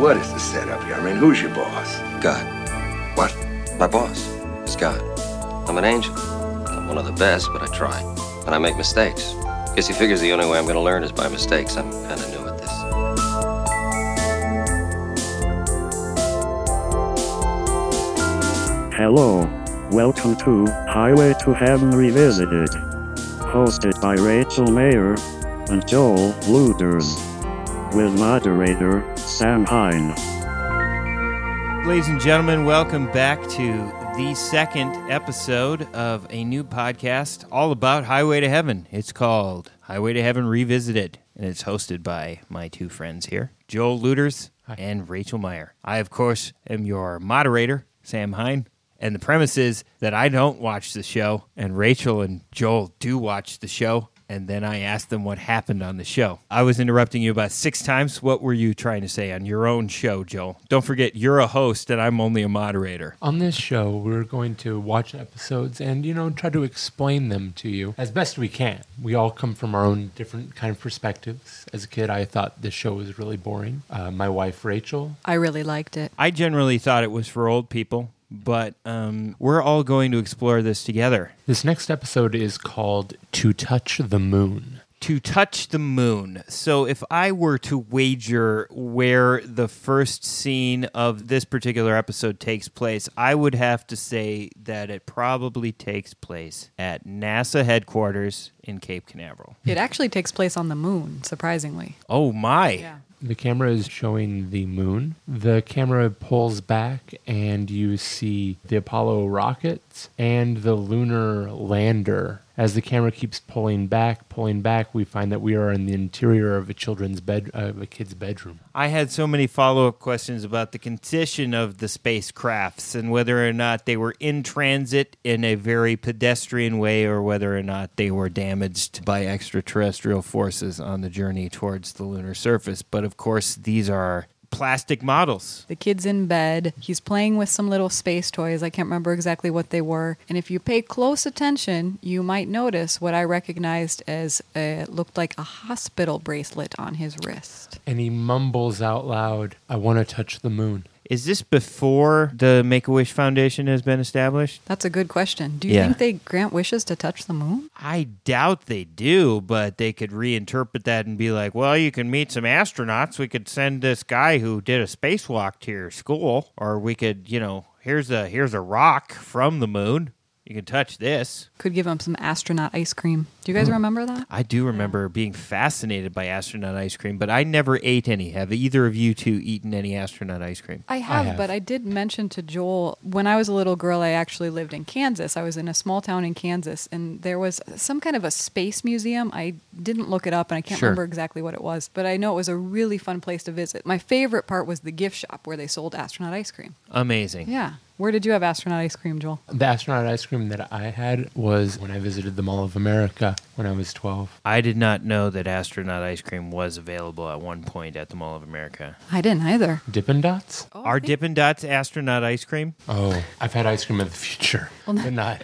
what is the setup here? I mean, who's your boss? God. What? My boss is God. I'm an angel. I'm one of the best, but I try. And I make mistakes. Guess he figures the only way I'm going to learn is by mistakes. I'm kind of new at this. Hello. Welcome to Highway to Heaven Revisited. Hosted by Rachel Mayer and Joel Luders. With moderator Sam Hine. Ladies and gentlemen, welcome back to the second episode of a new podcast all about Highway to Heaven. It's called Highway to Heaven Revisited, and it's hosted by my two friends here, Joel Luters and Rachel Meyer. I, of course, am your moderator, Sam Hine. And the premise is that I don't watch the show, and Rachel and Joel do watch the show. And then I asked them what happened on the show. I was interrupting you about six times. What were you trying to say on your own show, Joel? Don't forget, you're a host and I'm only a moderator. On this show, we're going to watch episodes and, you know, try to explain them to you as best we can. We all come from our own different kind of perspectives. As a kid, I thought this show was really boring. Uh, my wife, Rachel, I really liked it. I generally thought it was for old people, but um, we're all going to explore this together. this next episode is called To Touch the Moon. To touch the moon. So, if I were to wager where the first scene of this particular episode takes place, I would have to say that it probably takes place at NASA headquarters in Cape Canaveral. It actually takes place on the moon, surprisingly. Oh, my. The camera is showing the moon. The camera pulls back, and you see the Apollo rockets and the lunar lander. As the camera keeps pulling back, pulling back, we find that we are in the interior of a children's bed, uh, of a kid's bedroom. I had so many follow up questions about the condition of the spacecrafts and whether or not they were in transit in a very pedestrian way or whether or not they were damaged by extraterrestrial forces on the journey towards the lunar surface. But of course, these are plastic models. The kid's in bed. He's playing with some little space toys. I can't remember exactly what they were. And if you pay close attention, you might notice what I recognized as a, looked like a hospital bracelet on his wrist. And he mumbles out loud, I want to touch the moon. Is this before the Make a Wish Foundation has been established? That's a good question. Do you Yeah. think they grant wishes to touch the moon? I doubt they do, but they could reinterpret that and be like, well, you can meet some astronauts. We could send this guy who did a spacewalk to your school, or we could, you know, here's a here's a rock from the moon. You can touch this. Could give him some astronaut ice cream. Do you guys remember that? I do remember being fascinated by astronaut ice cream, but I never ate any. Have either of you two eaten any astronaut ice cream? I have, have. but I did mention to Joel when I was a little girl, I actually lived in Kansas. I was in a small town in Kansas, and there was some kind of a space museum. I didn't look it up, and I can't Sure. remember exactly what it was, but I know it was a really fun place to visit. My favorite part was the gift shop where they sold astronaut ice cream. Amazing. Yeah. Where did you have astronaut ice cream, Joel? The astronaut ice cream that I had was when I visited the Mall of America when I was 12. I did not know that astronaut ice cream was available at one point at the Mall of America. I didn't either. Dippin' Dots? Oh, Are Dippin' Dots astronaut ice cream? Oh, I've had ice cream of the future, Well, no. but not.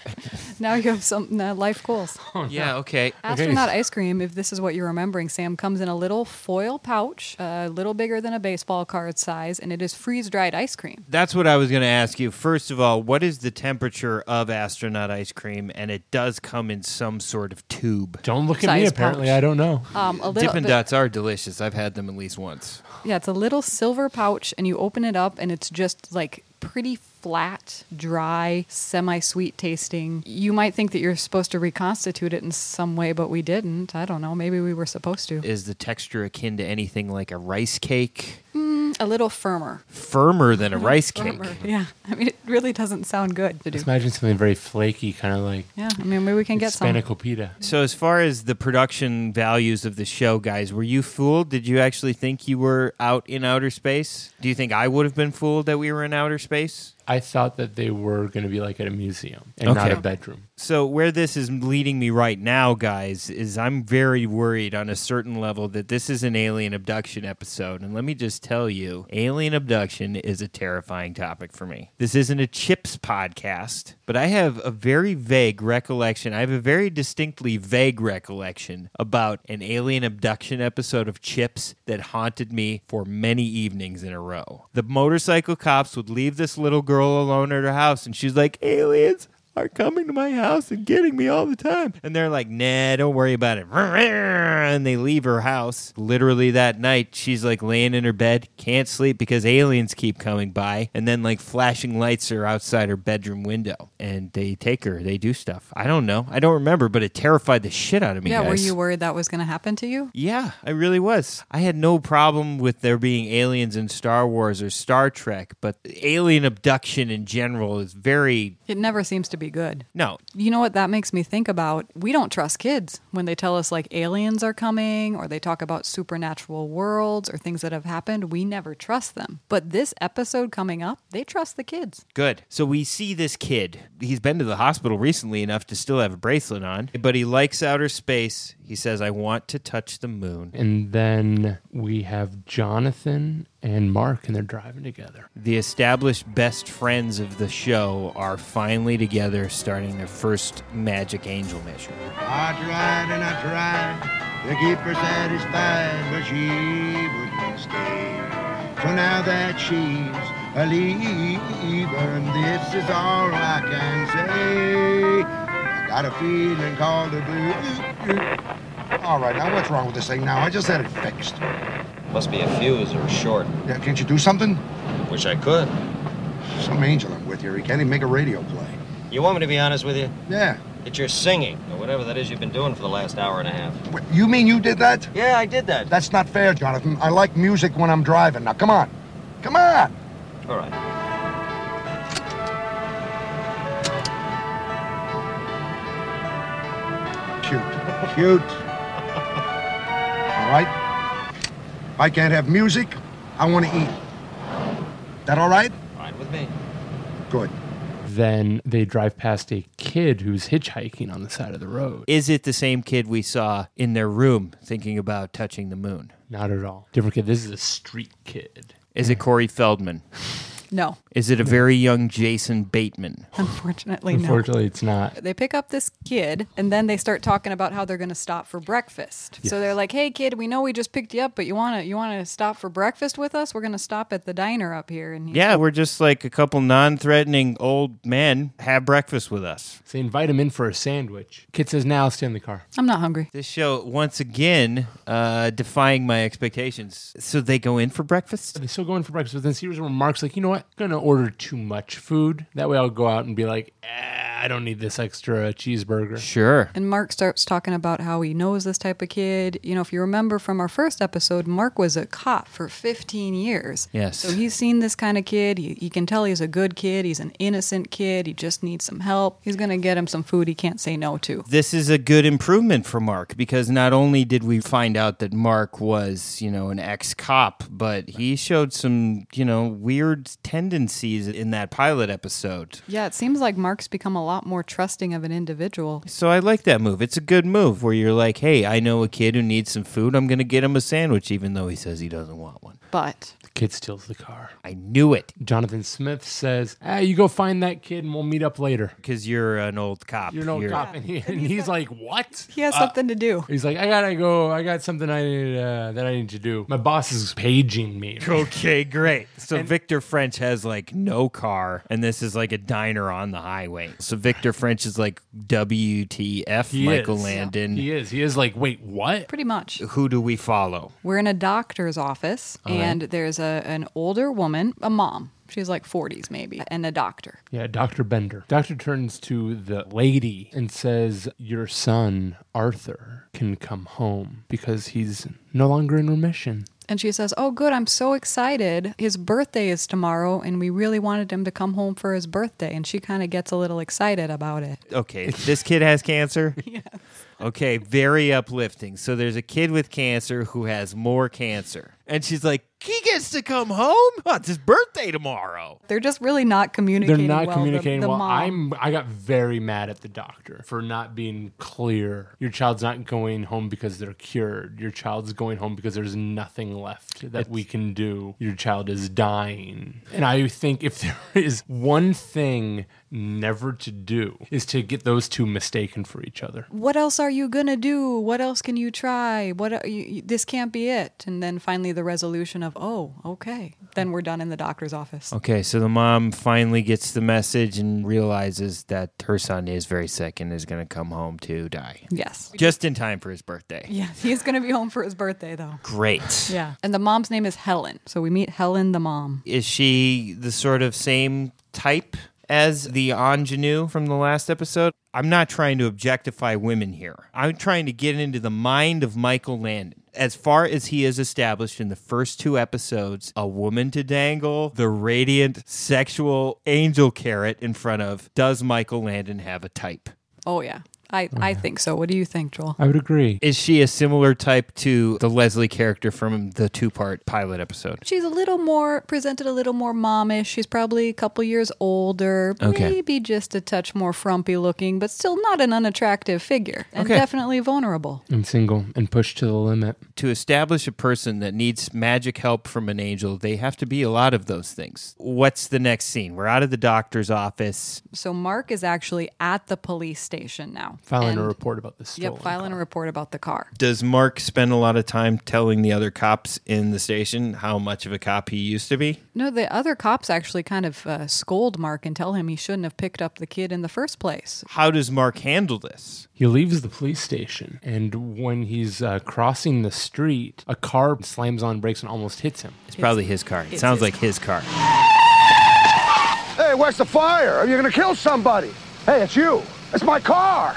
Now you have some uh, life goals. Yeah, okay. Astronaut ice cream, if this is what you're remembering, Sam, comes in a little foil pouch, a little bigger than a baseball card size, and it is freeze dried ice cream. That's what I was going to ask you. First of all, what is the temperature of astronaut ice cream? And it does come in some sort of tube. Don't look at me, Size apparently. pouch. I don't know. Um, a little, Dippin' the- Dots are delicious. I've had them at least once. Yeah, it's a little silver pouch, and you open it up, and it's just like pretty flat, dry, semi-sweet tasting. You might think that you're supposed to reconstitute it in some way, but we didn't. I don't know. Maybe we were supposed to. Is the texture akin to anything like a rice cake? a little firmer. Firmer than a rice cake. Mm-hmm. Firmer. Yeah. I mean, it really doesn't sound good to do. Just imagine something very flaky, kind of like Yeah. I mean, maybe we can get some. Hispanic pita. So, as far as the production values of the show, guys, were you fooled? Did you actually think you were out in outer space? Do you think I would have been fooled that we were in outer space? I thought that they were going to be like at a museum and not Okay. a bedroom. So where this is leading me right now, guys, is I'm very worried on a certain level that this is an alien abduction episode. And let me just tell you, alien abduction is a terrifying topic for me. This isn't a chips podcast, but I have a very vague recollection. I have a very distinctly vague recollection about an alien abduction episode of Chips that haunted me for many evenings in a row. The motorcycle cops would leave this little girl alone at her house and she's like, "Aliens, are coming to my house and getting me all the time. And they're like, nah, don't worry about it. And they leave her house. Literally that night, she's like laying in her bed, can't sleep because aliens keep coming by. And then like flashing lights are outside her bedroom window. And they take her, they do stuff. I don't know. I don't remember, but it terrified the shit out of me. yeah, were guys. you worried that was going to happen to you? Yeah, I really was. I had no problem with there being aliens in Star Wars or Star Trek, but alien abduction in general is very. It never seems to be good. No, You know what that makes me think about? We don't trust kids when they tell us like aliens are coming or they talk about supernatural worlds or things that have happened. We never trust them. But this episode coming up, they trust the kids. Good. So we see this kid. He's been to the hospital recently enough to still have a bracelet on, but he likes outer space. He says, I want to touch the moon. And then we have Jonathan and Mark, and they're driving together. The established best friends of the show are finally together, starting their first Magic Angel mission. I tried and I tried to keep her satisfied, but she wouldn't stay. So now that she's a leaving, this is all I can say. I got a feeling called a blue. All right, now what's wrong with this thing now? I just had it fixed. Must be a fuse or a short. Now, can't you do something? Wish I could. Some angel I'm with here. He can't even make a radio play. You want me to be honest with you? Yeah. It's your singing, or whatever that is you've been doing for the last hour and a half. Wait, You mean you did that? Yeah, I did that. That's not fair, Jonathan. I like music when I'm driving. Now, come on. Come on. All right. Cute. Cute. All right? If I can't have music, I want to eat. That all right? Fine with me. Good. Then they drive past a kid who's hitchhiking on the side of the road. Is it the same kid we saw in their room thinking about touching the moon? Not at all. Different kid. This is a street kid. Is it Corey Feldman? No, Is it a very young Jason Bateman? unfortunately, no. Unfortunately, it's not. They pick up this kid and then they start talking about how they're going to stop for breakfast. So they're like, "Hey kid, we know we just picked you up, but you want to you want to stop for breakfast with us? We're going to stop at the diner up here." And he's Yeah, we're just like a couple non threatening old men. Have breakfast with us. So they invite him in for a sandwich. Kid says, now stay in the car. I'm not hungry. This show once again uh, defying my expectations. So they go in for breakfast. They still go in for breakfast, but then Sears remarks like, you know what? I'm going to order too much food. That way I'll go out and be like, eh, I don't need this extra cheeseburger. Sure. And Mark starts talking about how he knows this type of kid. You know, if you remember from our first episode, Mark was a cop for 15 years. Yes. So he's seen this kind of kid. He, he can tell he's a good kid. He's an innocent kid. He just needs some help. He's going to get him some food he can't say no to. This is a good improvement for Mark because not only did we find out that Mark was, you know, an ex cop, but he showed some, you know, weird tendencies in that pilot episode. Yeah, it seems like Mark's become a lot more trusting of an individual. So I like that move. It's a good move where you're like, hey, I know a kid who needs some food. I'm going to get him a sandwich, even though he says he doesn't want one. But The kid steals the car. I knew it Jonathan Smith says, ah, you go find that kid and we'll meet up later. because you're an old cop. You're no cop. And, he, and he's like, what? he has something to do. He's like, I gotta go. I got something I need uh, that I need to do. My boss is paging me. Okay, great. So Victor French has like no car, and this is like a diner on the highway. So Victor French is like WTF, He Michael is. Landon. He is. He is like, wait, what? Pretty much. Who do we follow? We're in a doctor's office, and there's a, an older woman, a mom. She's like 40s maybe, and a doctor. Yeah, Doctor Bender. Doctor turns to the lady and says, "Your son Arthur can come home because he's no longer in remission." And she says, Oh, good, I'm so excited. His birthday is tomorrow, and we really wanted him to come home for his birthday. And she kind of gets a little excited about it. Okay, this kid has cancer. yes. Okay, very uplifting. So there's a kid with cancer who has more cancer. And she's like, he gets to come home? Oh, it's his birthday tomorrow. They're just really not They're communicating. not well, the- communicating the well. mom. I'm I got very mad at the doctor for not being clear. Your child's not going home because they're cured. Your child's going home because there's nothing left that we can do. Your child is dying. And I think if there is one thing never to do is to get those two mistaken for each other. What else are you gonna do? What else can you try? What are you, you- this can't be it. And then finally the resolution of oh okay, then we're done in the doctor's office. Okay, so the mom finally gets the message and realizes that her son is very sick and is going to come home to die. Yes. Just in time for his birthday. Yes, he's gonna be home for his birthday though. Great. Yeah. And the mom's name is Helen. So we meet Helen, the mom. Is she the sort of same type as the ingenue from the last episode? I'm not trying to objectify women here. I'm trying to get into the mind of Michael Landon. As far as he is established in the first two episodes, a woman to dangle the radiant sexual angel carrot in front of, does Michael Landon have a type? Oh yeah. I, I think so. What do you think, Joel? I would agree. Is she a similar type to the Leslie character from the two part pilot episode? She's a little more presented, a little more momish. She's probably a couple years older, Okay. maybe just a touch more frumpy looking, but still not an unattractive figure, and Okay. definitely vulnerable. I'm single and pushed to the limit. to establish a person that needs magic help from an angel, they have to be a lot of those things. What's the next scene? We're out of the doctor's office. So Mark is actually at the police station now, Filing a And- report about this. Yep, filing a report about the car. Does Mark spend a lot of time telling the other cops in the station how much of a cop he used to be? No, the other cops actually kind of uh, scold Mark and tell him he shouldn't have picked up the kid in the first place. How does Mark handle this? He leaves the police station, and when he's uh, crossing the street, a car slams on brakes and almost hits him. It's, probably his car. It sounds his like his car. Hey, where's the fire? Are you gonna kill somebody? Hey, it's you. It's my car.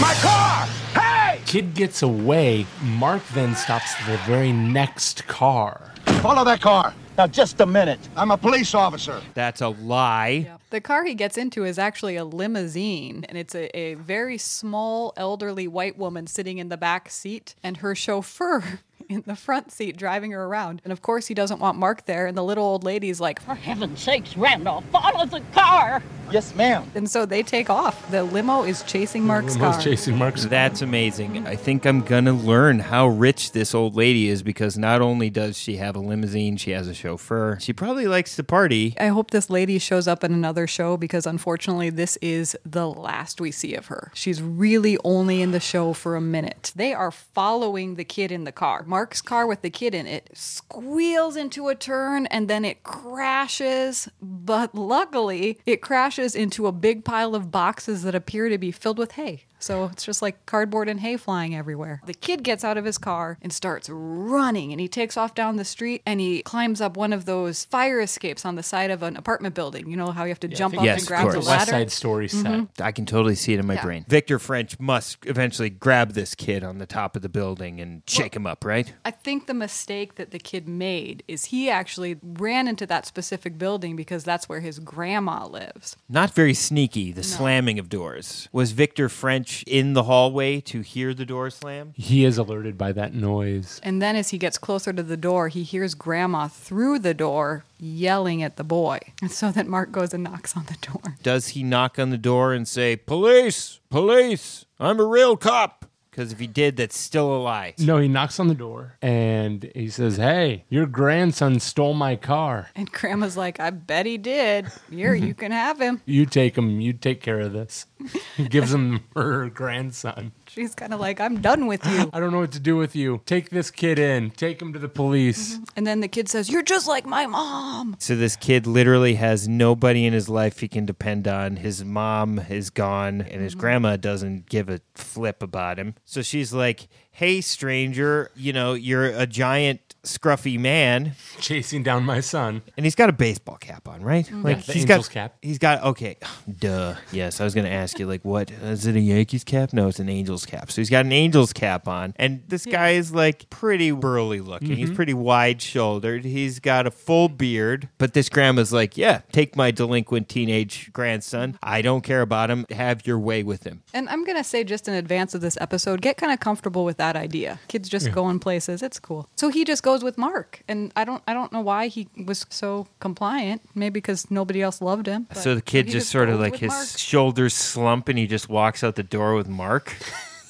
My car. Hey! Kid gets away. Mark then stops the very next car. Follow that car. Now, just a minute. I'm a police officer. That's a lie. The car he gets into is actually a limousine, and it's a, a very small, elderly white woman sitting in the back seat and her chauffeur in the front seat driving her around. And of course, he doesn't want Mark there, and the little old lady's like, For heaven's sakes, Randolph, follow the car. Yes, ma'am. and so they take off. The limo is chasing Mark's Limo's car. chasing Mark's. That's amazing. I think I'm going to learn how rich this old lady is because not only does she have a limousine, she has a chauffeur. She probably likes to party. I hope this lady shows up in another show because unfortunately, this is the last we see of her. She's really only in the show for a minute. They are following the kid in the car. Mark's car with the kid in it squeals into a turn and then it crashes. But luckily, it crashes into a big pile of boxes that appear to be filled with hay. So it's just like cardboard and hay flying everywhere. The kid gets out of his car and starts running, and he takes off down the street and he climbs up one of those fire escapes on the side of an apartment building. You know how you have to jump up Yes, and of grab the course. West ladder? Mm-hmm. Side Story set. I can totally see it in my Yeah. brain. Victor French must eventually grab this kid on the top of the building and shake him up, right? I think the mistake that the kid made is he actually ran into that specific building because that's where his grandma lives. Not very sneaky, the slamming of doors. Was Victor French in the hallway to hear the door slam? He is alerted by that noise. And then as he gets closer to the door, he hears grandma through the door yelling at the boy. And so then Mark goes and knocks on the door. Does he knock on the door and say, Police, police, I'm a real cop? Because if he did, that's still a lie. No, he knocks on the door and he says, "Hey, your grandson stole my car. And grandma's like, I bet he did. Here, you can have him. You take him. You take care of this." He gives him her grandson. She's kind of like, I'm done with you. I don't know what to do with you. Take this kid in. Take him to the police. And then the kid says, You're just like my mom. So this kid literally has nobody in his life he can depend on. His mom is gone, and his grandma doesn't give a flip about him. So she's like, "Hey, stranger, you know you're a giant scruffy man, Chasing down my son. and he's got a baseball cap on, right? Like Yeah, the he's Angels got cap. He's got okay, duh. Yes, I was gonna ask you like, what is it a Yankees cap? No, it's an Angels angel's cap. So he's got an angel's cap on. And this guy is like pretty burly looking. He's pretty wide shouldered. He's got a full beard. But this grandma's like, yeah, take my delinquent teenage grandson. I don't care about him. Have your way with him. And I'm going to say, just in advance of this episode, get kind of comfortable with that idea. Kids just going places. It's cool. So he just goes with Mark. And I don't I don't know why he was so compliant. Maybe because nobody else loved him. but So the kid he just sort of goes like with his Mark. shoulders slump and he just walks out the door with Mark.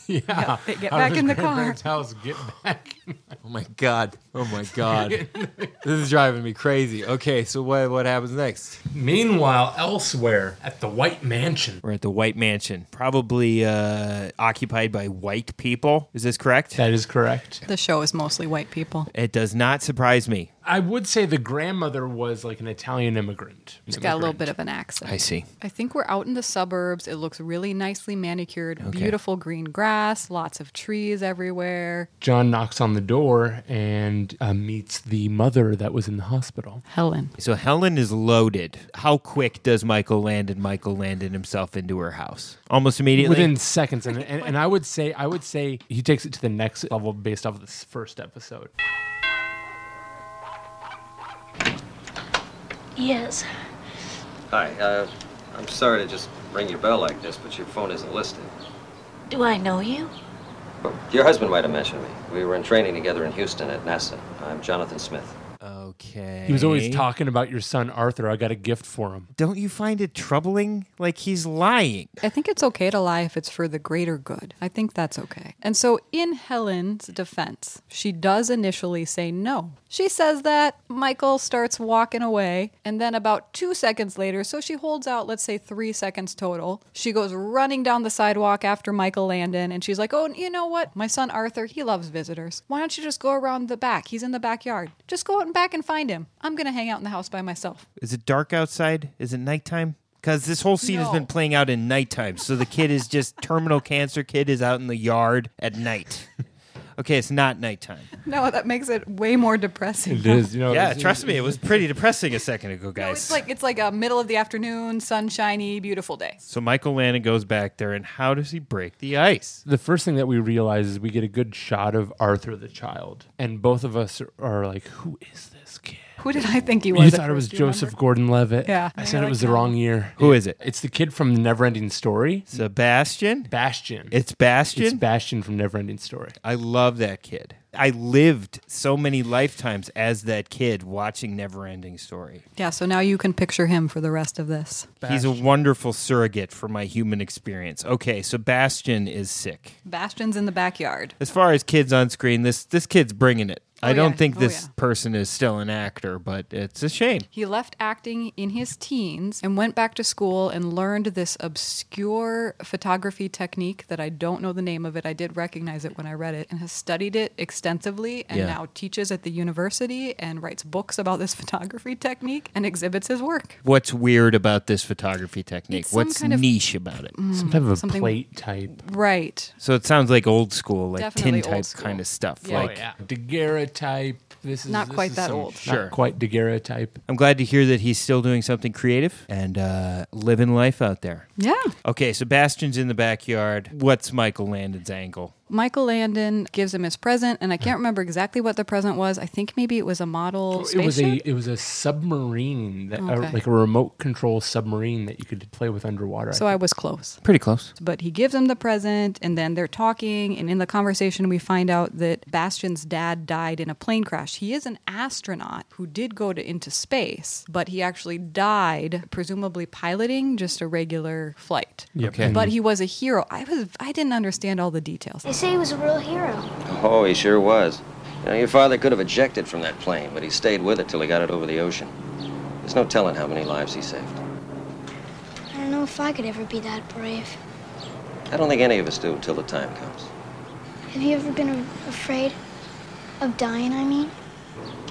Yeah. they get Out back of in the his grandparents' car. House, get back. Oh my god. Oh my god. this is driving me crazy. Okay, so what what happens next? Meanwhile, elsewhere at the White Mansion. We're at the White Mansion, probably uh, occupied by white people. Is this correct? That is correct. The show is mostly white people. It does not surprise me. I would say the grandmother was like an Italian immigrant. It's got a little bit of an accent. I see. I think we're out in the suburbs. It looks really nicely manicured, Okay. beautiful green grass, lots of trees everywhere. John knocks on the door and uh, meets the mother that was in the hospital. Helen. So Helen is loaded. How quick does Michael Landon Michael Landon himself into her house? Almost immediately. Within seconds, and, and, and I would say I would say he takes it to the next level based off of this first episode. Yes. Hi, uh, I'm sorry to just ring your bell like this, but your phone isn't listed. Do I know you? But Your husband might have mentioned me. We were in training together in Houston at NASA. I'm Jonathan Smith. okay. He was always talking about your son Arthur. I got a gift for him. Don't you find it troubling? Like he's lying. I think it's okay to lie if it's for the greater good. I think that's okay. And so, in Helen's defense, she does initially say no. She says that Michael starts walking away, and then about two seconds later, so she holds out, let's say three seconds total, she goes running down the sidewalk after Michael Landon, and she's like, Oh, you know what? My son Arthur, he loves visitors. Why don't you just go around the back? He's in the backyard. Just go out and back and find him. I'm going to hang out in the house by myself. Is it dark outside? Is it nighttime? Because this whole scene has No. been playing out in nighttime. So the kid is just terminal cancer kid is out in the yard at night. Okay, it's not nighttime. No, that makes it way more depressing. is, you know. Yeah, trust me, it was pretty depressing a second ago, guys. Oh, It's like it's like a middle of the afternoon, sunshiny, beautiful day. so Michael Landon goes back there, and how does he break the ice? the first thing that we realize is we get a good shot of Arthur the child, and both of us are, are like, "Who is this kid?" Who did I think he was? You at thought it was first? Do you Joseph remember? Gordon-Levitt. Yeah. I And said you're it was like, the "No." wrong year. Who is it? It's the kid from Neverending Story, Sebastian? Bastion. It's Bastion? It's Bastion from Neverending Story. I love that kid. I lived so many lifetimes as that kid watching Neverending Story. Yeah, so now you can picture him for the rest of this. He's a wonderful surrogate for my human experience. Okay, so Bastion is sick. Bastion's in the backyard. As far as kids on screen, this this kid's bringing it. I Oh, don't yeah. think Oh, this yeah. person is still an actor, but it's a shame. He left acting in his teens and went back to school and learned this obscure photography technique that I don't know the name of it. I did recognize it when I read it and has studied it extensively and Yeah. now teaches at the university and writes books about this photography technique and exhibits his work. What's weird about this photography technique? It's some What's kind of- Mm. niche about it? Some type of a something- plate type. Right. So it sounds like old school, like Definitely tin old type school. kind of stuff. Yeah. Like type. Oh, This is Not this quite is that some- old. Sure. Not quite daguerreotype. I'm glad to hear that he's still doing something creative and uh, living life out there. Yeah. Okay, so Bastion's in the backyard. What's Michael Landon's angle? Michael Landon gives him his present, and I can't remember exactly what the present was. I think maybe it was a model It was a spaceship. it was a submarine that uh, Okay. like a remote control submarine that you could play with underwater. so I was close. Pretty close. But he gives him the present, and then they're talking. And in the conversation, we find out that Bastion's dad died in a plane crash. He is an astronaut who did go to into space, but he actually died, presumably piloting just a regular flight. Okay. But he was a hero. I was I didn't understand all the details. They say he was a real hero. Oh, he sure was. You know, your father could have ejected from that plane, but he stayed with it till he got it over the ocean. There's no telling how many lives he saved. I don't know if I could ever be that brave. I don't think any of us do till the time comes. Have you ever been a- afraid of dying, I mean?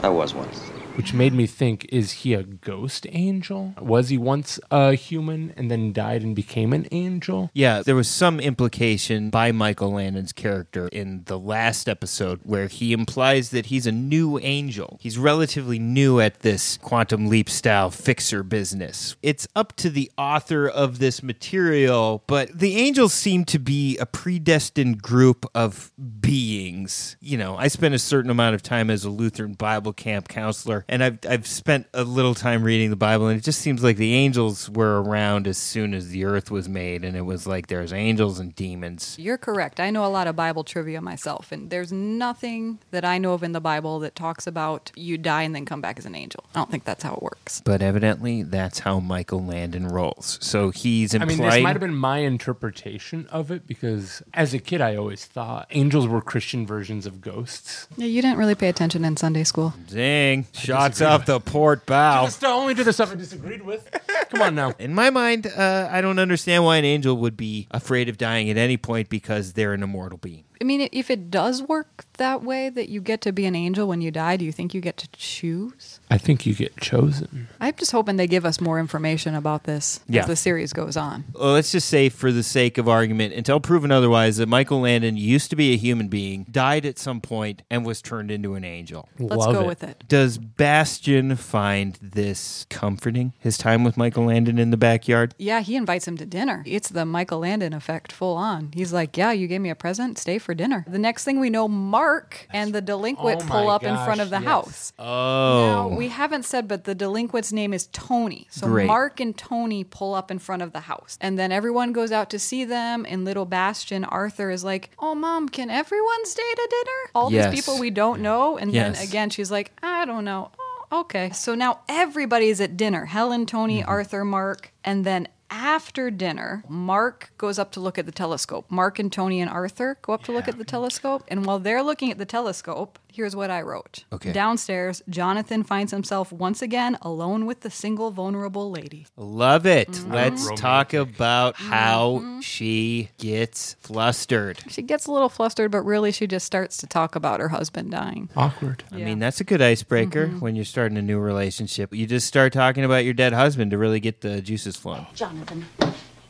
I was once. which made me think is he a ghost angel? Was he once a human and then died and became an angel? Yeah, there was some implication by Michael Landon's character in the last episode where he implies that he's a new angel. He's relatively new at this quantum leap style fixer business. It's up to the author of this material, but the angels seem to be a predestined group of beings. You know, I spent a certain amount of time as a Lutheran Bible camp counselor, and I've, I've spent a little time reading the Bible, and it just seems like the angels were around as soon as the earth was made, and it was like there's angels and demons. You're correct. I know a lot of Bible trivia myself, and there's nothing that I know of in the Bible that talks about you die and then come back as an angel. I don't think that's how it works. But evidently, that's how Michael Landon rolls. So he's I mean, implying. this might have been my interpretation of it because as a kid, I always thought angels were Christian versions of ghosts. Yeah, you didn't really pay attention in Sunday school. Dang. Shots off the port bow. That's the only do the stuff I disagreed with. Come on now. In my mind, uh, I don't understand why an angel would be afraid of dying at any point because they're an immortal being. I mean, if it does work that way, that you get to be an angel when you die, do you think you get to choose? I think you get chosen. I'm just hoping they give us more information about this Yeah. as the series goes on. Well, let's just say, for the sake of argument, until proven otherwise, that Michael Landon used to be a human being, died at some point, and was turned into an angel. Let's Love go it. with it. Does Bastion find this comforting? His time with Michael Landon in the backyard? Yeah, he invites him to dinner. It's the Michael Landon effect full on. He's like, Yeah, you gave me a present, stay for dinner. The next thing we know, Mark and the delinquent Oh my pull up in front gosh, of the yes. house. Oh. Now, we haven't said, but the delinquent's name is Tony. So Great. Mark and Tony pull up in front of the house. And then everyone goes out to see them. And little Bastion, Arthur, is like, Oh, mom, can everyone stay to dinner? All Yes. these people we don't know. And Yes. then again, she's like, I don't know. Oh, okay. So now everybody's at dinner Helen, Tony, Arthur, Mark. And then after dinner, Mark goes up to look at the telescope. Mark and Tony and Arthur go up to look at the telescope. And while they're looking at the telescope, here's what I wrote. Okay. Downstairs, Jonathan finds himself once again alone with the single vulnerable lady. Love it. Let's talk about how she gets flustered. She gets a little flustered, but really she just starts to talk about her husband dying. Awkward. I mean, that's a good icebreaker when you're starting a new relationship. You just start talking about your dead husband to really get the juices flowing. Jonathan,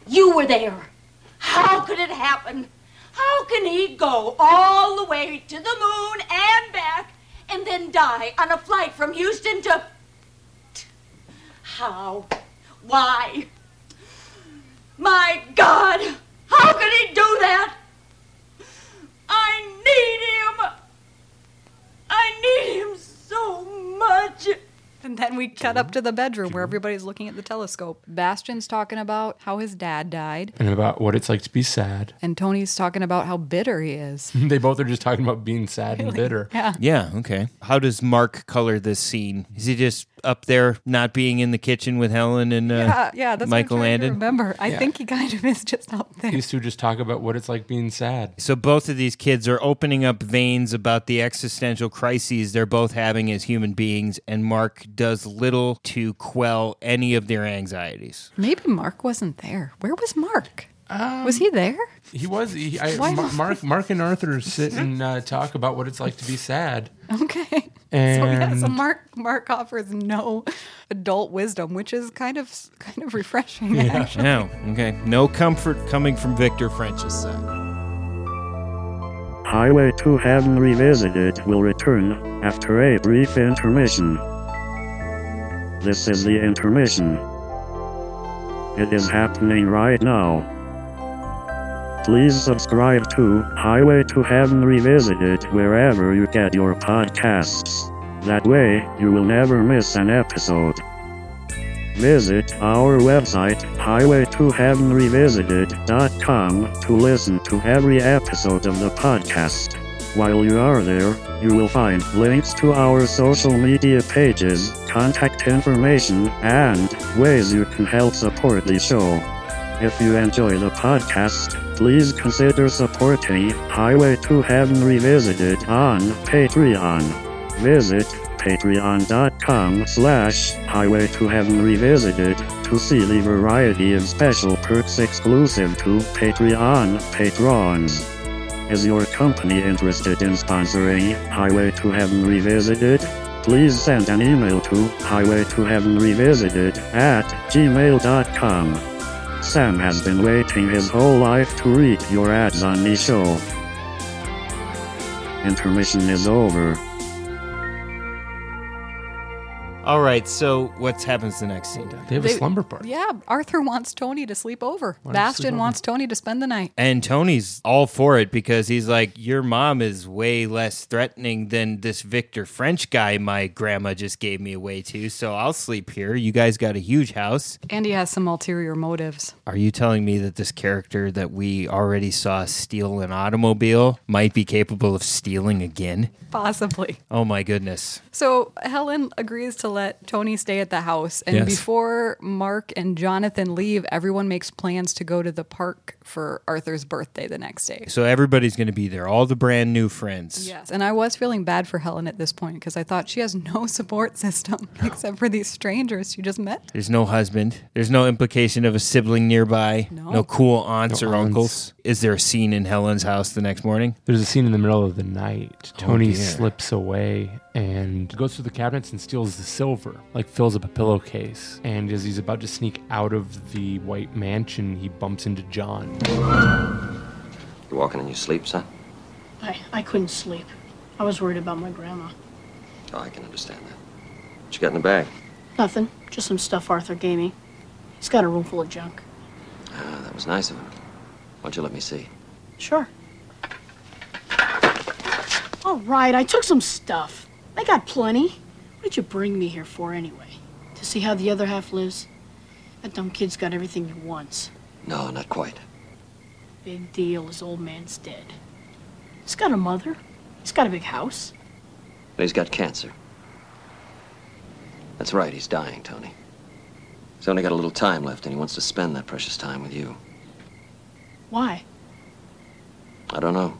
you were there. How could it happen? How can he go all the way to the moon and back and then die on a flight from Houston to. How? Why? My God! How could he do that? I need him! I need him so much! And then we cut up to the bedroom where everybody's looking at the telescope. Bastion's talking about how his dad died, And about what it's like to be sad. and Tony's talking about how bitter he is. They both are just talking about being sad and bitter. Yeah, okay. How does Mark color this scene? Is he just up there not being in the kitchen with Helen and uh, Yeah, yeah, that's Michael what I'm trying to Landon? remember, I think he kind of is just out there. These two just talk about what it's like being sad. So both of these kids are opening up veins about the existential crises they're both having as human beings, and Mark does little to quell any of their anxieties. Maybe Mark wasn't there. Where was Mark? Um, was he there? He was. He, I, Why Ma- not? Mark, Mark, and Arthur sit and uh, talk about what it's like to be sad. Okay. so yeah, so And- Mark Mark offers no adult wisdom, which is kind of kind of refreshing. actually. No, okay. No comfort coming from Victor French's side. Highway to Heaven Revisited will return after a brief intermission. This is the intermission. It is happening right now. Please subscribe to Highway to Heaven Revisited wherever you get your podcasts. That way, you will never miss an episode. Visit our website, highwaytoheavenrevisited.com, to listen to every episode of the podcast. While you are there, you will find links to our social media pages, contact information, and ways you can help support the show. If you enjoy the podcast, please consider supporting Highway to Heaven Revisited on Patreon visit patreon.com slash highway to heaven revisited to see the variety of special perks exclusive to patreon patrons is your company interested in sponsoring highway to heaven revisited please send an email to highway to heaven revisited at gmail.com. Sam has been waiting his whole life to read your ads on the show. Intermission is over. All right, so what happens the next scene? Doc? They have a They- slumber party. Yeah, Arthur wants Tony to sleep over. Wants to sleep Bastion over. wants Tony to spend the night. And Tony's all for it because he's like, Your mom is way less threatening than this Victor French guy my grandma just gave me away to. So I'll sleep here. You guys got a huge house. And he has some ulterior motives. Are you telling me that this character that we already saw steal an automobile might be capable of stealing again? Possibly. Oh my goodness. So Helen agrees to let Tony stay at the house. And Yes. before Mark and Jonathan leave, everyone makes plans to go to the park for Arthur's birthday the next day. So everybody's going to be there, all the brand new friends. Yes. And I was feeling bad for Helen at this point because I thought she has no support system except for these strangers she just met. There's no husband. There's no implication of a sibling nearby. No. cool aunts No or aunts. uncles. Is there a scene in Helen's house the next morning? There's a scene in the middle of the night. Tony dear. slips away and goes through the cabinets and steals the silver, like fills up a pillowcase. And as he's about to sneak out of the White Mansion, he bumps into John. You're walking in your sleep, son? I, I couldn't sleep. I was worried about my grandma. Oh, I can understand that. What you got in the bag? Nothing, just some stuff Arthur gave me. He's got a room full of junk. Ah, that was nice of him. Why'd you let me see? Sure. All right, I took some stuff. I got plenty. What did you bring me here for anyway? To see how the other half lives? That dumb kid's got everything he wants. No, not quite. Big deal, his old man's dead. He's got a mother. He's got a big house. But he's got cancer. That's right, he's dying, Tony. He's only got a little time left, and he wants to spend that precious time with you. Why? I don't know.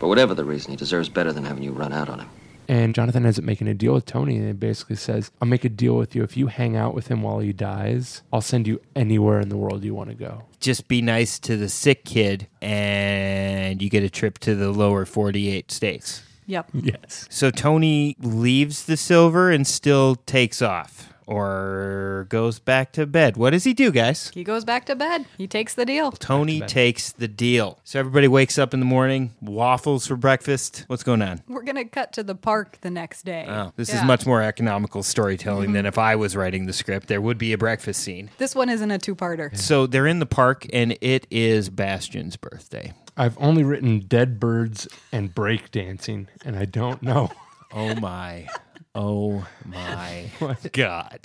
But whatever the reason, he deserves better than having you run out on him. And Jonathan ends up making a deal with Tony and he basically says, I'll make a deal with you. If you hang out with him while he dies, I'll send you anywhere in the world you want to go. Just be nice to the sick kid and you get a trip to the lower 48 states. Yep. Yes. So Tony leaves the silver and still takes off or goes back to bed. What does he do, guys? He goes back to bed. He takes the deal. Tony takes the deal. So everybody wakes up in the morning, waffles for breakfast. What's going on? We're going to cut to the park the next day. Oh, this is Yeah. much more economical storytelling than if I was writing the script. There would be a breakfast scene. This one isn't a two parter. So they're in the park, and it is Bastion's birthday. I've only written dead birds and break dancing, and I don't know. Oh my, oh my God!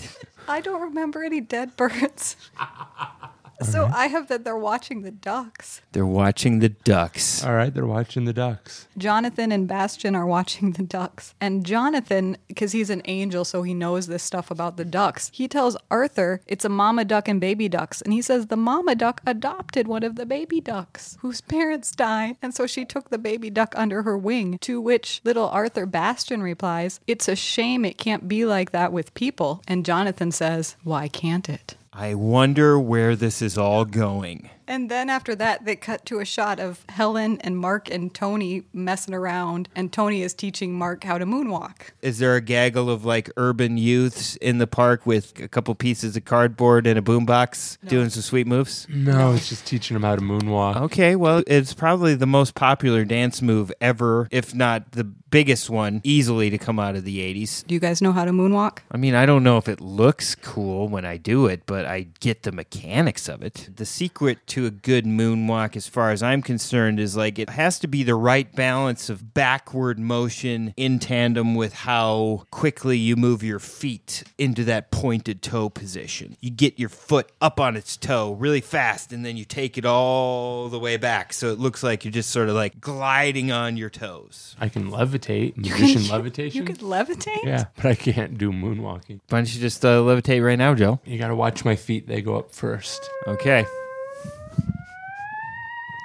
I don't remember any dead birds. so I have that they're watching the ducks. They're watching the ducks. All right, they're watching the ducks. Jonathan and Bastion are watching the ducks. And Jonathan, because he's an angel, so he knows this stuff about the ducks, he tells Arthur it's a mama duck and baby ducks. And he says the mama duck adopted one of the baby ducks whose parents died. And so she took the baby duck under her wing. To which little Arthur Bastion replies, It's a shame it can't be like that with people. And Jonathan says, Why can't it? I wonder where this is all going. And then after that, they cut to a shot of Helen and Mark and Tony messing around, and Tony is teaching Mark how to moonwalk. Is there a gaggle of like urban youths in the park with a couple pieces of cardboard and a boombox doing some sweet moves? No, it's just teaching them how to moonwalk. Okay, well, it's probably the most popular dance move ever, if not the biggest one, easily to come out of the 80s. Do you guys know how to moonwalk? I mean, I don't know if it looks cool when I do it, but I get the mechanics of it. The secret to a good moonwalk, as far as I'm concerned, is like it has to be the right balance of backward motion in tandem with how quickly you move your feet into that pointed toe position. You get your foot up on its toe really fast, and then you take it all the way back. So it looks like you're just sort of like gliding on your toes. I can levitate, magician You levitation. could levitate? yeah, but I can't do moonwalking. Why don't you just uh, levitate right now, Joe? You got to watch my feet, they go up first. Okay.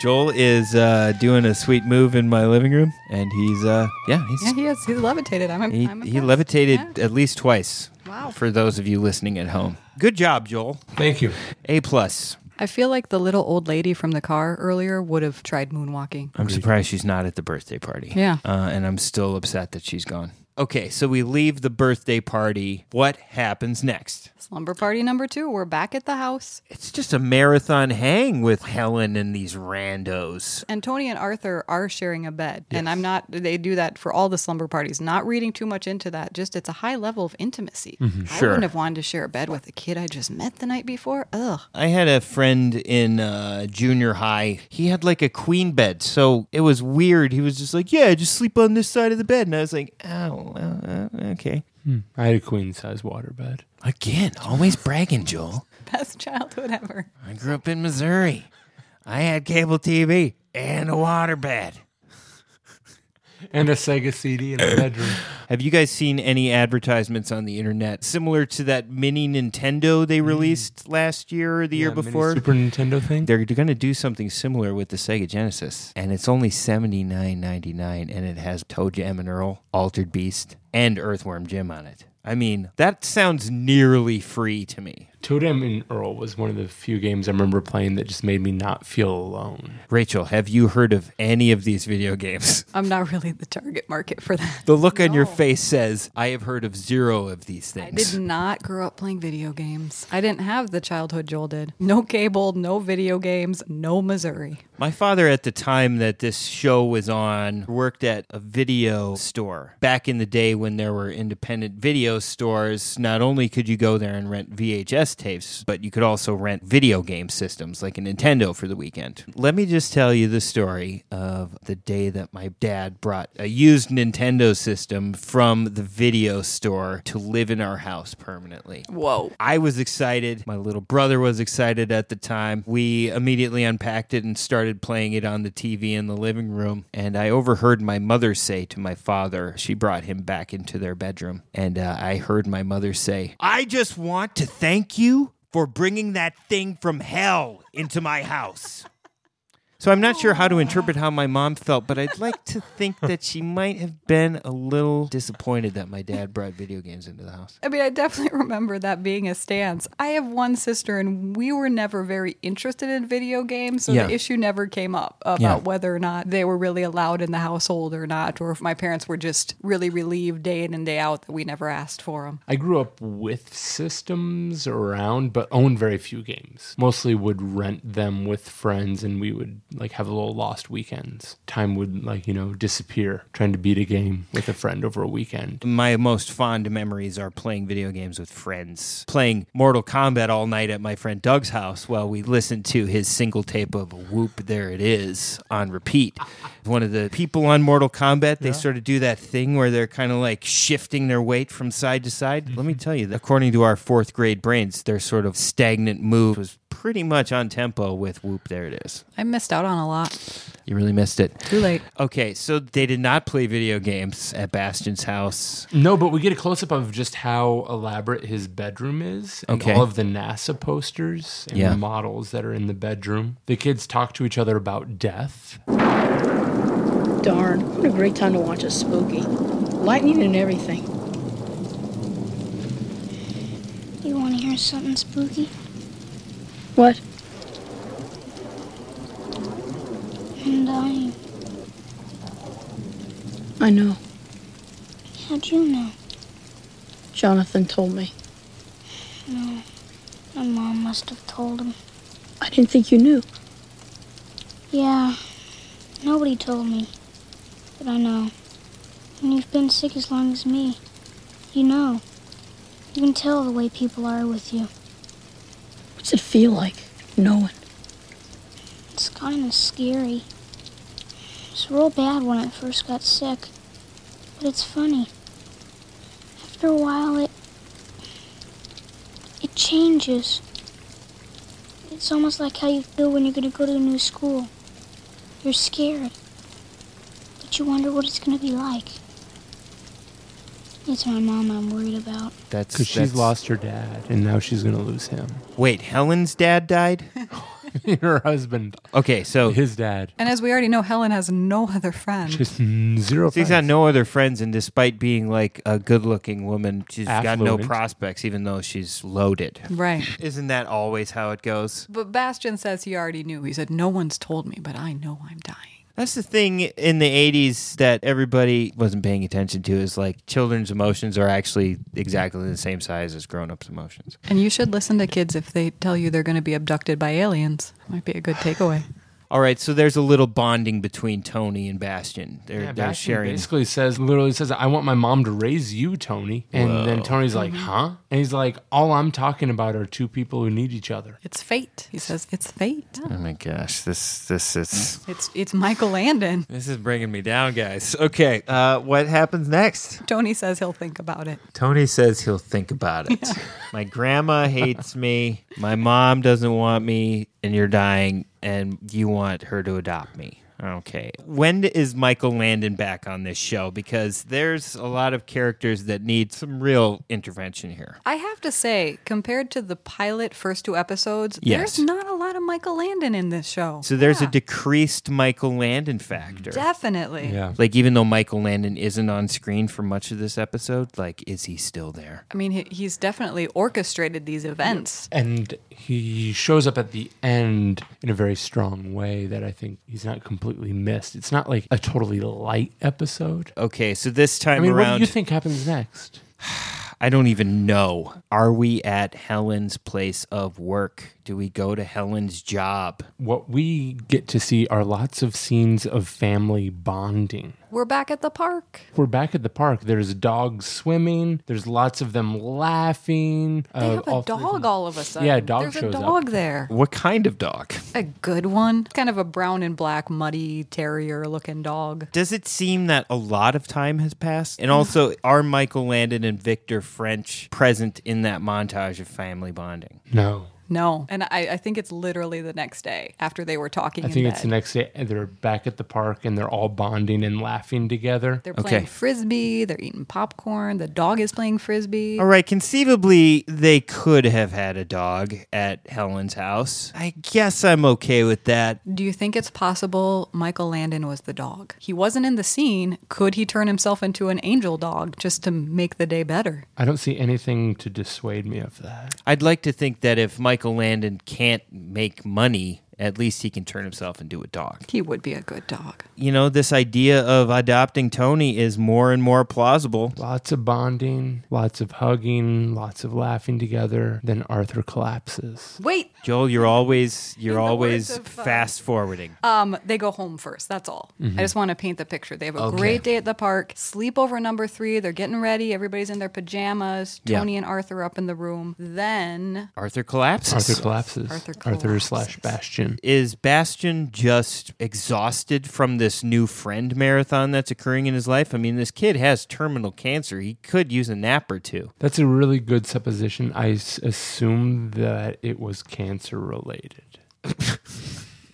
Joel is uh, doing a sweet move in my living room, and he's uh, yeah, he's Yeah, he has. He levitated. I'm, he, I'm he impressed. levitated Yeah. at least twice. Wow. For those of you listening at home, good job, Joel. Thank you. A plus. I feel like the little old lady from the car earlier would have tried moonwalking. I'm surprised she's not at the birthday party. Yeah. Uh, and I'm still upset that she's gone. Okay, so we leave the birthday party. What happens next? Slumber party number two. We're back at the house. It's just a marathon hang with Helen and these randos. And Tony and Arthur are sharing a bed. And I'm not, they do that for all the slumber parties. Not reading too much into that. Just it's a high level of intimacy. I Mm-hmm. Sure. wouldn't have wanted to share a bed with a kid I just met the night before. Ugh. I had a friend in uh, junior high. He had like a queen bed, so it was weird. He was just like, "Yeah, just sleep on this side of the bed," and I was like, "Oh, well, uh, okay." I had a queen size waterbed. Again, always bragging, Joel. Best childhood ever. I grew up in Missouri. I had cable TV and a waterbed. And a Sega CD in the bedroom. Have you guys seen any advertisements on the internet similar to that mini Nintendo they released last year or the year mini before? Super Nintendo thing. They're going to do something similar with the Sega Genesis, and it's only seventy nine ninety nine, and it has Toe Jam and Earl, Altered Beast, and Earthworm Jim on it. I mean, that sounds nearly free to me. Totem and Earl was one of the few games I remember playing that just made me not feel alone. Rachel, have you heard of any of these video games? I'm not really the target market for that. The look on your face says, "I have heard of zero of these I things." did not grow up playing video games. I didn't have the childhood Joel did. No cable, no video games, no Missouri. My father, at the time that this show was on, worked at a video store. Back in the day when there were independent video stores, not only could you go there and rent VHS tapes, but you could also rent video game systems like a Nintendo for the weekend. Let me just tell you the story of the day that my dad brought a used Nintendo system from the video store to live in our house permanently. Whoa. I was excited. My little brother was excited at the time. We immediately unpacked it and started playing it on the TV in the living room. And I overheard my mother say to my father, she brought him back into their bedroom. And uh, I heard my mother say, I just want to thank you for bringing that thing from hell into my house. So I'm not sure how to interpret how my mom felt, but I'd like to think that she might have been a little disappointed that my dad brought video games into the house. I mean, I definitely remember that being a stance. I have one sister, and we were never very interested in video games, so Yeah. the issue never came up about Yeah. whether or not they were really allowed in the household or not, or if my parents were just really relieved day in and day out that we never asked for them. I grew up with systems around, but owned very few games. Mostly would rent them with friends, and we would like have little lost weekends. Time would like you know disappear trying to beat a game with a friend over a weekend. my most fond memories are playing video games with friends, playing Mortal Kombat all night at my friend Doug's house while we listened to his single tape of Whoop There It Is on repeat. One of the people on Mortal Kombat, they sort of do that thing where they're kind of like shifting their weight from side to side. Let me Mm-hmm. tell you, according to our fourth grade brains, their sort of stagnant move was pretty much on tempo with Whoop There It Is. I missed out on a lot. You really missed it. Too late. Okay, so they did not play video games at Bastion's house. No, but we get a close up of just how elaborate his bedroom is and Okay. all of the NASA posters and Yeah. models that are in the bedroom. The kids talk to each other about death. Darn, what a great time to watch a spooky. Lightning and everything. You want to hear something spooky? What? I'm dying. I know. How'd you know? Jonathan told me. No. My mom must have told him. I didn't think you knew. Yeah. Nobody told me. But I know. And you've been sick as long as me. You know. You can tell the way people are with you. What's it feel like? Knowing. It's kind of scary. It was real bad when I first got sick, but it's funny. After a while, it it changes. It's almost like how you feel when you're gonna go to a new school. You're scared, but you wonder what it's gonna be like. It's my mom I'm worried about. That's Because she's that's- lost her dad, and now she's going to lose him. Wait, Helen's dad died? her husband, Okay, so his dad, And as we already know, Helen has no other friends. just zero. she's got friends. no other friends, and despite being like a good looking woman, she's got no Affluent. prospects, even though she's loaded. Right. Isn't that always how it goes? But Bastion says he already knew. He said, No one's told me, but I know I'm dying. That's the thing in the 80s that everybody wasn't paying attention to is like children's emotions are actually exactly the same size as grown ups' emotions. And you should listen to kids if they tell you they're going to be abducted by aliens. Might be a good takeaway. All right, so there's a little bonding between Tony and Bastion. They're, Yeah, they're Bastion sharing. basically says literally says, "I want my mom to raise you, Tony." And then Tony's like, Mm-hmm. "Huh?" And he's like, "All I'm talking about are two people who need each other." It's fate. He says it's fate. Oh my gosh, this this is It's it's Michael Landon. this is bringing me down, guys. Okay, uh, what happens next? Tony says he'll think about it. Tony says he'll think about it. my grandma hates me. My mom doesn't want me, and you're dying, and you want her to adopt me. Okay. When is Michael Landon back on this show? Because there's a lot of characters that need some real intervention here. I have to say, compared to the pilot first two episodes, Yes. there's not a lot of Michael Landon in this show. So there's a decreased Michael Landon factor. Definitely. Like even though Michael Landon isn't on screen for much of this episode, like is he still there? I mean, he, he's definitely orchestrated these events. And he shows up at the end in a very strong way that I think he's not completely missed. It's not like a totally light episode. Okay, so this time I mean, around, what do you think happens next? I don't even know. Are we at Helen's place of work? Do we go to Helen's job? What we get to see are lots of scenes of family bonding. We're back at the park. We're back at the park. There's dogs swimming. There's lots of them laughing. Uh, They have a dog all of a sudden. Yeah, a dog There's shows a up. dog there. What kind of dog? A good one. It's kind of a brown and black, muddy terrier looking dog. Does it seem that a lot of time has passed? And also, are Michael Landon and Victor French present in that montage of family bonding? No. No. And I, I think it's literally the next day after they were talking. I in think it's the bed. next day. and They're back at the park and they're all bonding and laughing together. They're playing Okay. frisbee. They're eating popcorn. The dog is playing frisbee. All right, conceivably, they could have had a dog at Helen's house. I guess I'm okay with that. Do you think it's possible Michael Landon was the dog? He wasn't in the scene. Could he turn himself into an angel dog just to make the day better? I don't see anything to dissuade me of that. I'd like to think that if Michael Landon can't make money, at least he can turn himself into a dog. He would be a good dog. You know, this idea of adopting Tony is more and more plausible. Lots of bonding, lots of hugging, lots of laughing together. Then Arthur collapses. Wait. Joel, you're always In you're the words always of, uh, fast forwarding. Um, they go home first. That's all. I just want to paint the picture. They have a great day at the park. Sleepover number three. They're getting ready. Everybody's in their pajamas. Yeah. Tony and Arthur up in the room. Then Arthur collapses. Arthur collapses. Arthur slash Bastion. is Bastion just exhausted from this new friend marathon that's occurring in his life? I mean, this kid has terminal cancer. He could use a nap or two. That's a really good supposition. I s- assume that it was cancer related.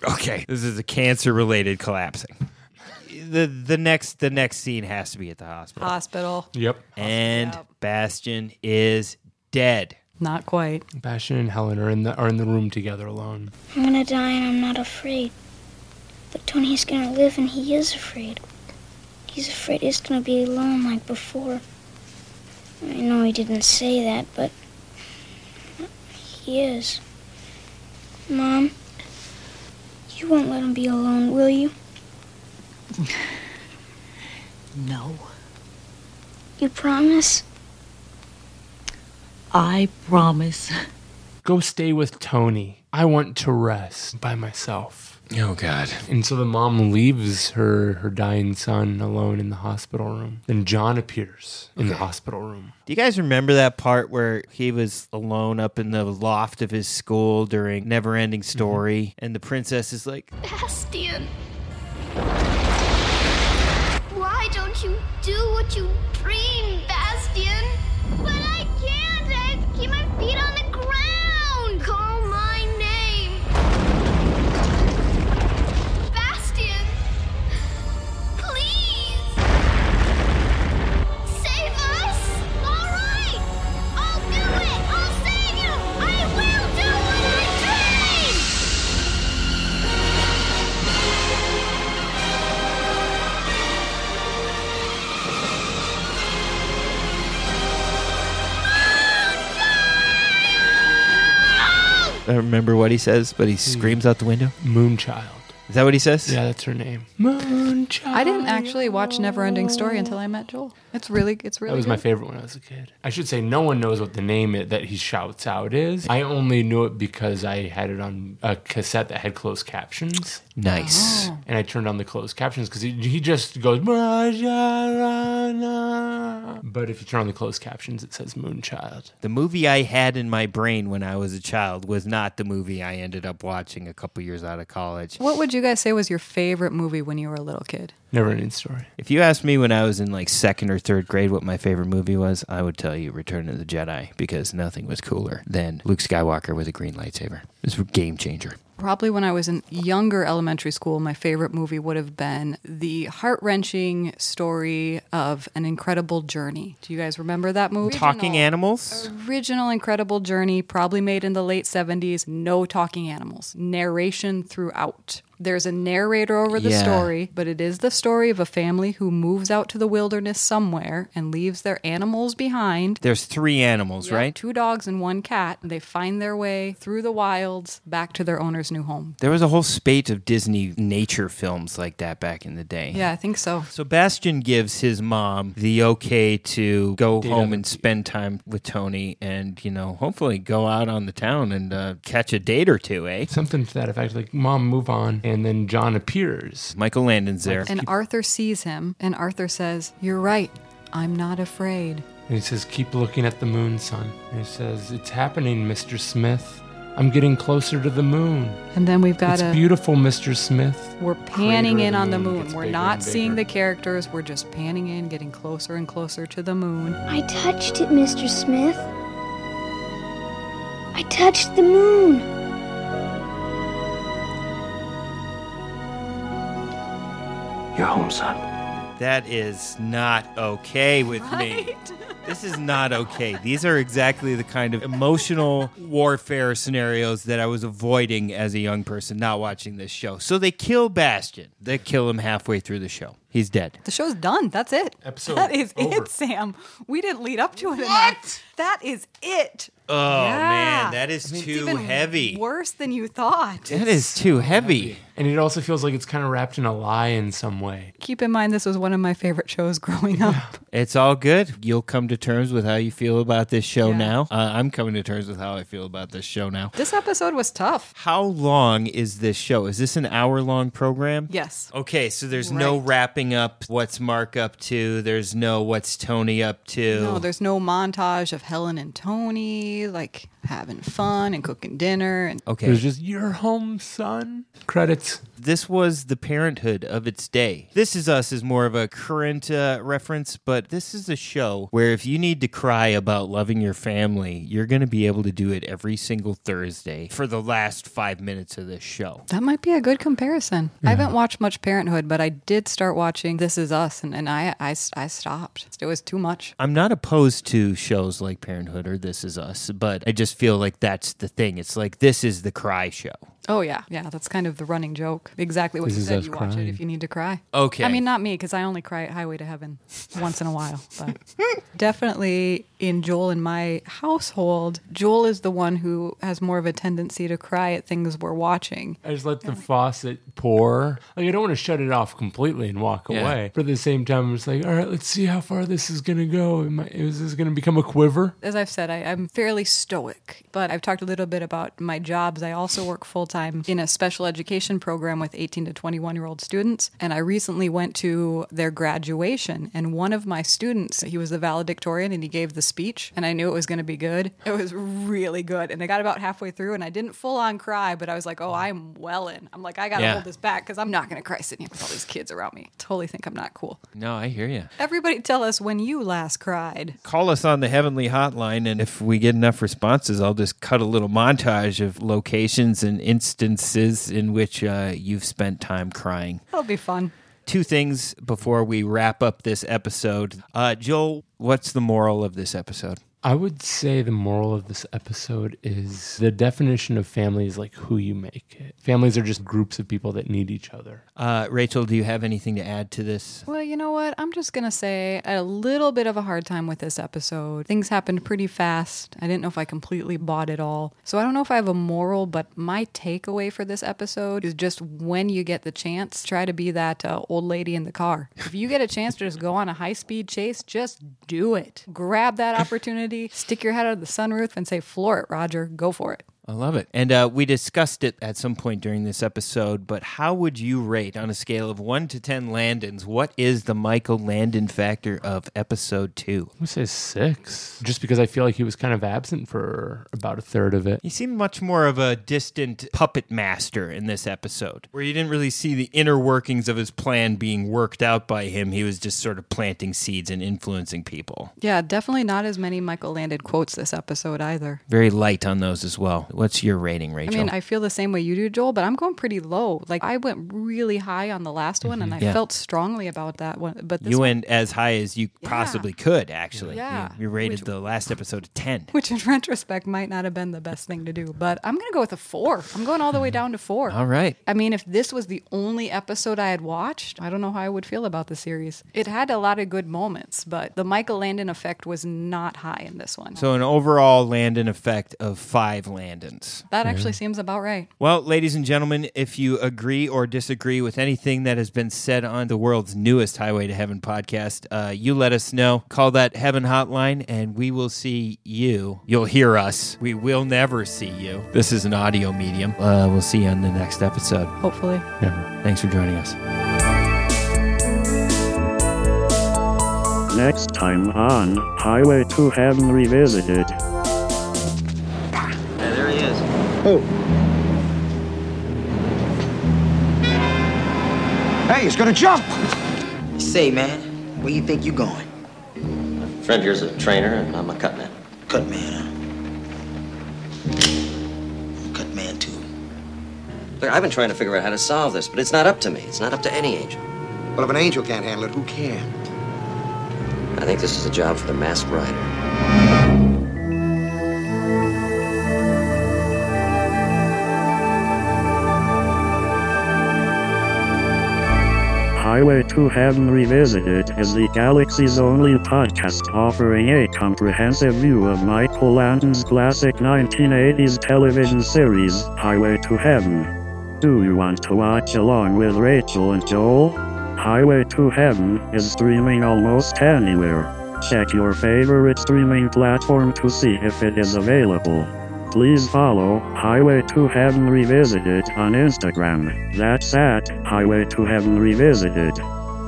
Okay. This is a cancer related collapsing. The the next the next scene has to be at the hospital. hospital. Yep. and Yep. Bastion is dead. Not quite. Bastion and Helen are in the are in the room together alone. I'm gonna die and I'm not afraid. But Tony's gonna live and he is afraid. He's afraid he's gonna be alone like before. I know he didn't say that, but he is. Mom, you won't let him be alone, will you? No, You promise? I promise. Go stay with Tony. I want to rest by myself. Oh God. And so the mom leaves her her dying son alone in the hospital room. Then John appears in the hospital room. Do you guys remember that part where he was alone up in the loft of his school during Never Ending Story? And the princess is like, Bastian! Why don't you do what you dream, Bastian? But I can't! I have to keep my feet on the ground! Call my name! Bastian! Please! Save us! Alright! I'll do it! I'll save you! I will do what I dream! I don't remember what he says, but he screams out the window. Moonchild. Is that what he says? Yeah, that's her name. I didn't actually watch Neverending Story until I met Joel. It's really, it's really. that was good. my favorite when I was a kid. I should say no one knows what the name it, that he shouts out is. I only knew it because I had it on a cassette that had closed captions. Nice. And I turned on the closed captions because he, he just goes. "Majarana." But if you turn on the closed captions, it says Moonchild. The movie I had in my brain when I was a child was not the movie I ended up watching a couple years out of college. What would you guys say was your favorite movie when you were a little kid? Never ending story. If you asked me when I was in like second or third grade what my favorite movie was, I would tell you Return of the Jedi because nothing was cooler than Luke Skywalker with a green lightsaber. It was a game changer. Probably when I was in younger elementary school, my favorite movie would have been the heart wrenching story of an incredible journey. Do you guys remember that movie? Talking animals? Original Incredible Journey, probably made in the late 70s, no talking animals, narration throughout. There's a narrator over the Yeah. story, but it is the story of a family who moves out to the wilderness somewhere and leaves their animals behind. There's three animals, Yeah, right? Two dogs and one cat. They find their way through the wilds back to their owner's new home. There was a whole spate of Disney nature films like that back in the day. Yeah, I think so. So Bastion gives his mom the okay to go Date home other and spend time with Tony and, you know, hopefully go out on the town and uh, catch a date or two, eh? Something to that effect, like "Mom, move on," and then John appears. Michael Landon's there. And Arthur sees him, and Arthur says, You're right. I'm not afraid. And he says, Keep looking at the moon, son. And he says, It's happening, Mr. Smith. I'm getting closer to the moon. And then we've got it's a. beautiful, Mr. Smith. We're panning Crater in of on the moon moon. gets We're bigger not and seeing the bigger. characters. We're just panning in, getting closer and closer to the moon. I touched it, Mr. Smith. I touched the moon. You're home, son. That is not okay with me. This is not okay. These are exactly the kind of emotional warfare scenarios that I was avoiding as a young person not watching this show. So they kill Bastion. They kill him halfway through the show. He's dead. The show's done. That's it. Episode That is over. it, Sam. We didn't lead up to it enough. That is it. Oh Yeah. man, that is It's too even heavy. Worse than you thought. That is too heavy. And it also feels like it's kind of wrapped in a lie in some way. Keep in mind, this was one of my favorite shows growing up. It's all good. You'll come to terms with how you feel about this show Yeah. now. Uh, I'm coming to terms with how I feel about this show now. This episode was tough. How long is this show? Is this an hour long program? Yes. Oh, Okay, so there's no Right. wrapping up what's Mark up to. There's no what's Tony up to. No, there's no montage of Helen and Tony like having fun and cooking dinner and okay. It was just, You're home, son. Credits. this was the parenthood of its day. This Is Us is more of a current uh, reference, but this is a show where if you need to cry about loving your family, you're going to be able to do it every single Thursday for the last five minutes of this show. That might be a good comparison. I haven't watched much Parenthood, but I did start watching This Is Us, and, and I, I, I stopped. It was too much. I'm not opposed to shows like Parenthood or This Is Us, but I just feel like that's the thing. It's like this is the cry show. Oh, yeah. Yeah, that's kind of the running joke. Exactly what This you Is said. Us You watch it crying. if you need to cry. Okay. I mean, not me, because I only cry at Highway to Heaven once in a while. But definitely in Joel and my household, Joel is the one who has more of a tendency to cry at things we're watching. I just let the faucet pour. Like, I don't want to shut it off completely and walk Yeah. away. But at the same time, I'm just like, All right, let's see how far this is going to go. Am I, is this going to become a quiver? as I've said, I, I'm fairly stoic, but I've talked a little bit about my jobs. I also work full time in a special education program with 18 to 21 year old students. And I recently went to their graduation, and one of my students, he was the valedictorian and he gave the speech, and I knew it was going to be good. It was really good. And I got about halfway through, and I didn't full on cry, but I was like, oh, I'm well in. I'm like, I got to Yeah. hold this back because I'm not going to cry sitting here with all these kids around me. Totally think I'm not cool. No, I hear you. Everybody tell us when you last cried. Call us on the Heavenly Hotline, and if we get enough responses, I'll just cut a little montage of locations and instances in which uh, you've spent time crying. That'll be fun. Two things before we wrap up this episode. Uh, Joel, what's the moral of this episode? I would say the moral of this episode is the definition of family is like who you make it. Families are just groups of people that need each other. Uh, Rachel, do you have anything to add to this? Well, you know what? I'm just going to say I had a little bit of a hard time with this episode. Things happened pretty fast. I didn't know if I completely bought it all. So I don't know if I have a moral, but my takeaway for this episode is just when you get the chance, try to be that uh, old lady in the car. If you get a chance to just go on a high speed chase, just do it. Grab that opportunity, stick your head out of the sunroof, and say, floor it, Roger. Go for it. I love it. And uh, we discussed it at some point during this episode, but how would you rate on a scale of 1 to 10 Landons? What is the Michael Landon factor of episode 2? I would say six, just because I feel like he was kind of absent for about a third of it. You seem much more of a distant puppet master in this episode, where you didn't really see the inner workings of his plan being worked out by him. He was just sort of planting seeds and influencing people. Yeah, definitely not as many Michael Landon quotes this episode either. Very light on those as well. What's your rating, I Rachel? mean, I feel the same way you do, Joel, but I'm going pretty low. Like I went really high on the last one, and I Mm-hmm. Yeah. felt strongly about that one. But this you one, went as high as you possibly could, actually. Yeah. You, you rated the last episode a 10. which in retrospect might not have been the best thing to do, but I'm gonna go with a four. I'm going all the way down to four. Mm-hmm. All right. I mean, if this was the only episode I had watched, I don't know how I would feel about the series. It had a lot of good moments, but the Michael Landon effect was not high in this one. So, an overall Landon effect of five Landons. that actually seems about right. Well, ladies and gentlemen, if you agree or disagree with anything that has been said on the world's newest Highway to Heaven podcast, uh, you let us know. Call that Heaven Hotline, and we will see you. You'll hear us. We will never see you. This is an audio medium. Uh, we'll see you on the next episode. Hopefully. Never. Thanks for joining us. Next time on Highway to Heaven Revisited. Hey, there he is. Who? Hey, he's gonna jump! Say, man, where you think you going? Friend here's a trainer, and I'm a cutman. Cut man, huh? Cut man too. Look, I've been trying to figure out how to solve this, but it's not up to me. It's not up to any angel. Well, if an angel can't handle it, who can? I think this is a job for the masked rider. Highway to Heaven Revisited is the galaxy's only podcast offering a comprehensive view of Michael Landon's classic 1980s television series, Highway to Heaven. Do you want to watch along with Rachel and Joel? Highway to Heaven is streaming almost anywhere. Check your favorite streaming platform to see if it is available. Please follow Highway to Heaven Revisited on Instagram. That's at Highway to Heaven Revisited.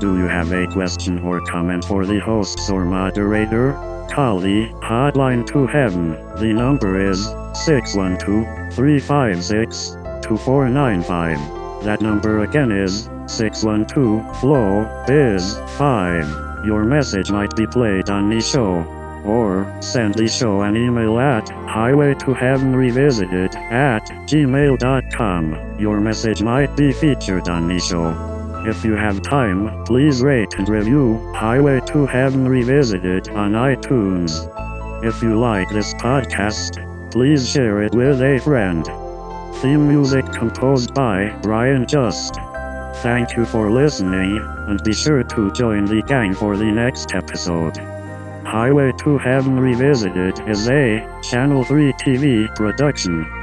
Do you have a question or comment for the hosts or moderator? Call the Hotline to Heaven. The number is 612 356 2495. That number again is 612 Flow Biz 5. Your message might be played on the show or send the show an email at highway to heaven revisited at gmail.com. Your message might be featured on the show. If you have time, please rate and review Highway to Heaven Revisited on iTunes. If you like this podcast, please share it with a friend. Theme music composed by Brian Just. Thank you for listening, and be sure to join the gang for the next episode. Highway to Heaven Revisited is a Channel 3 TV production.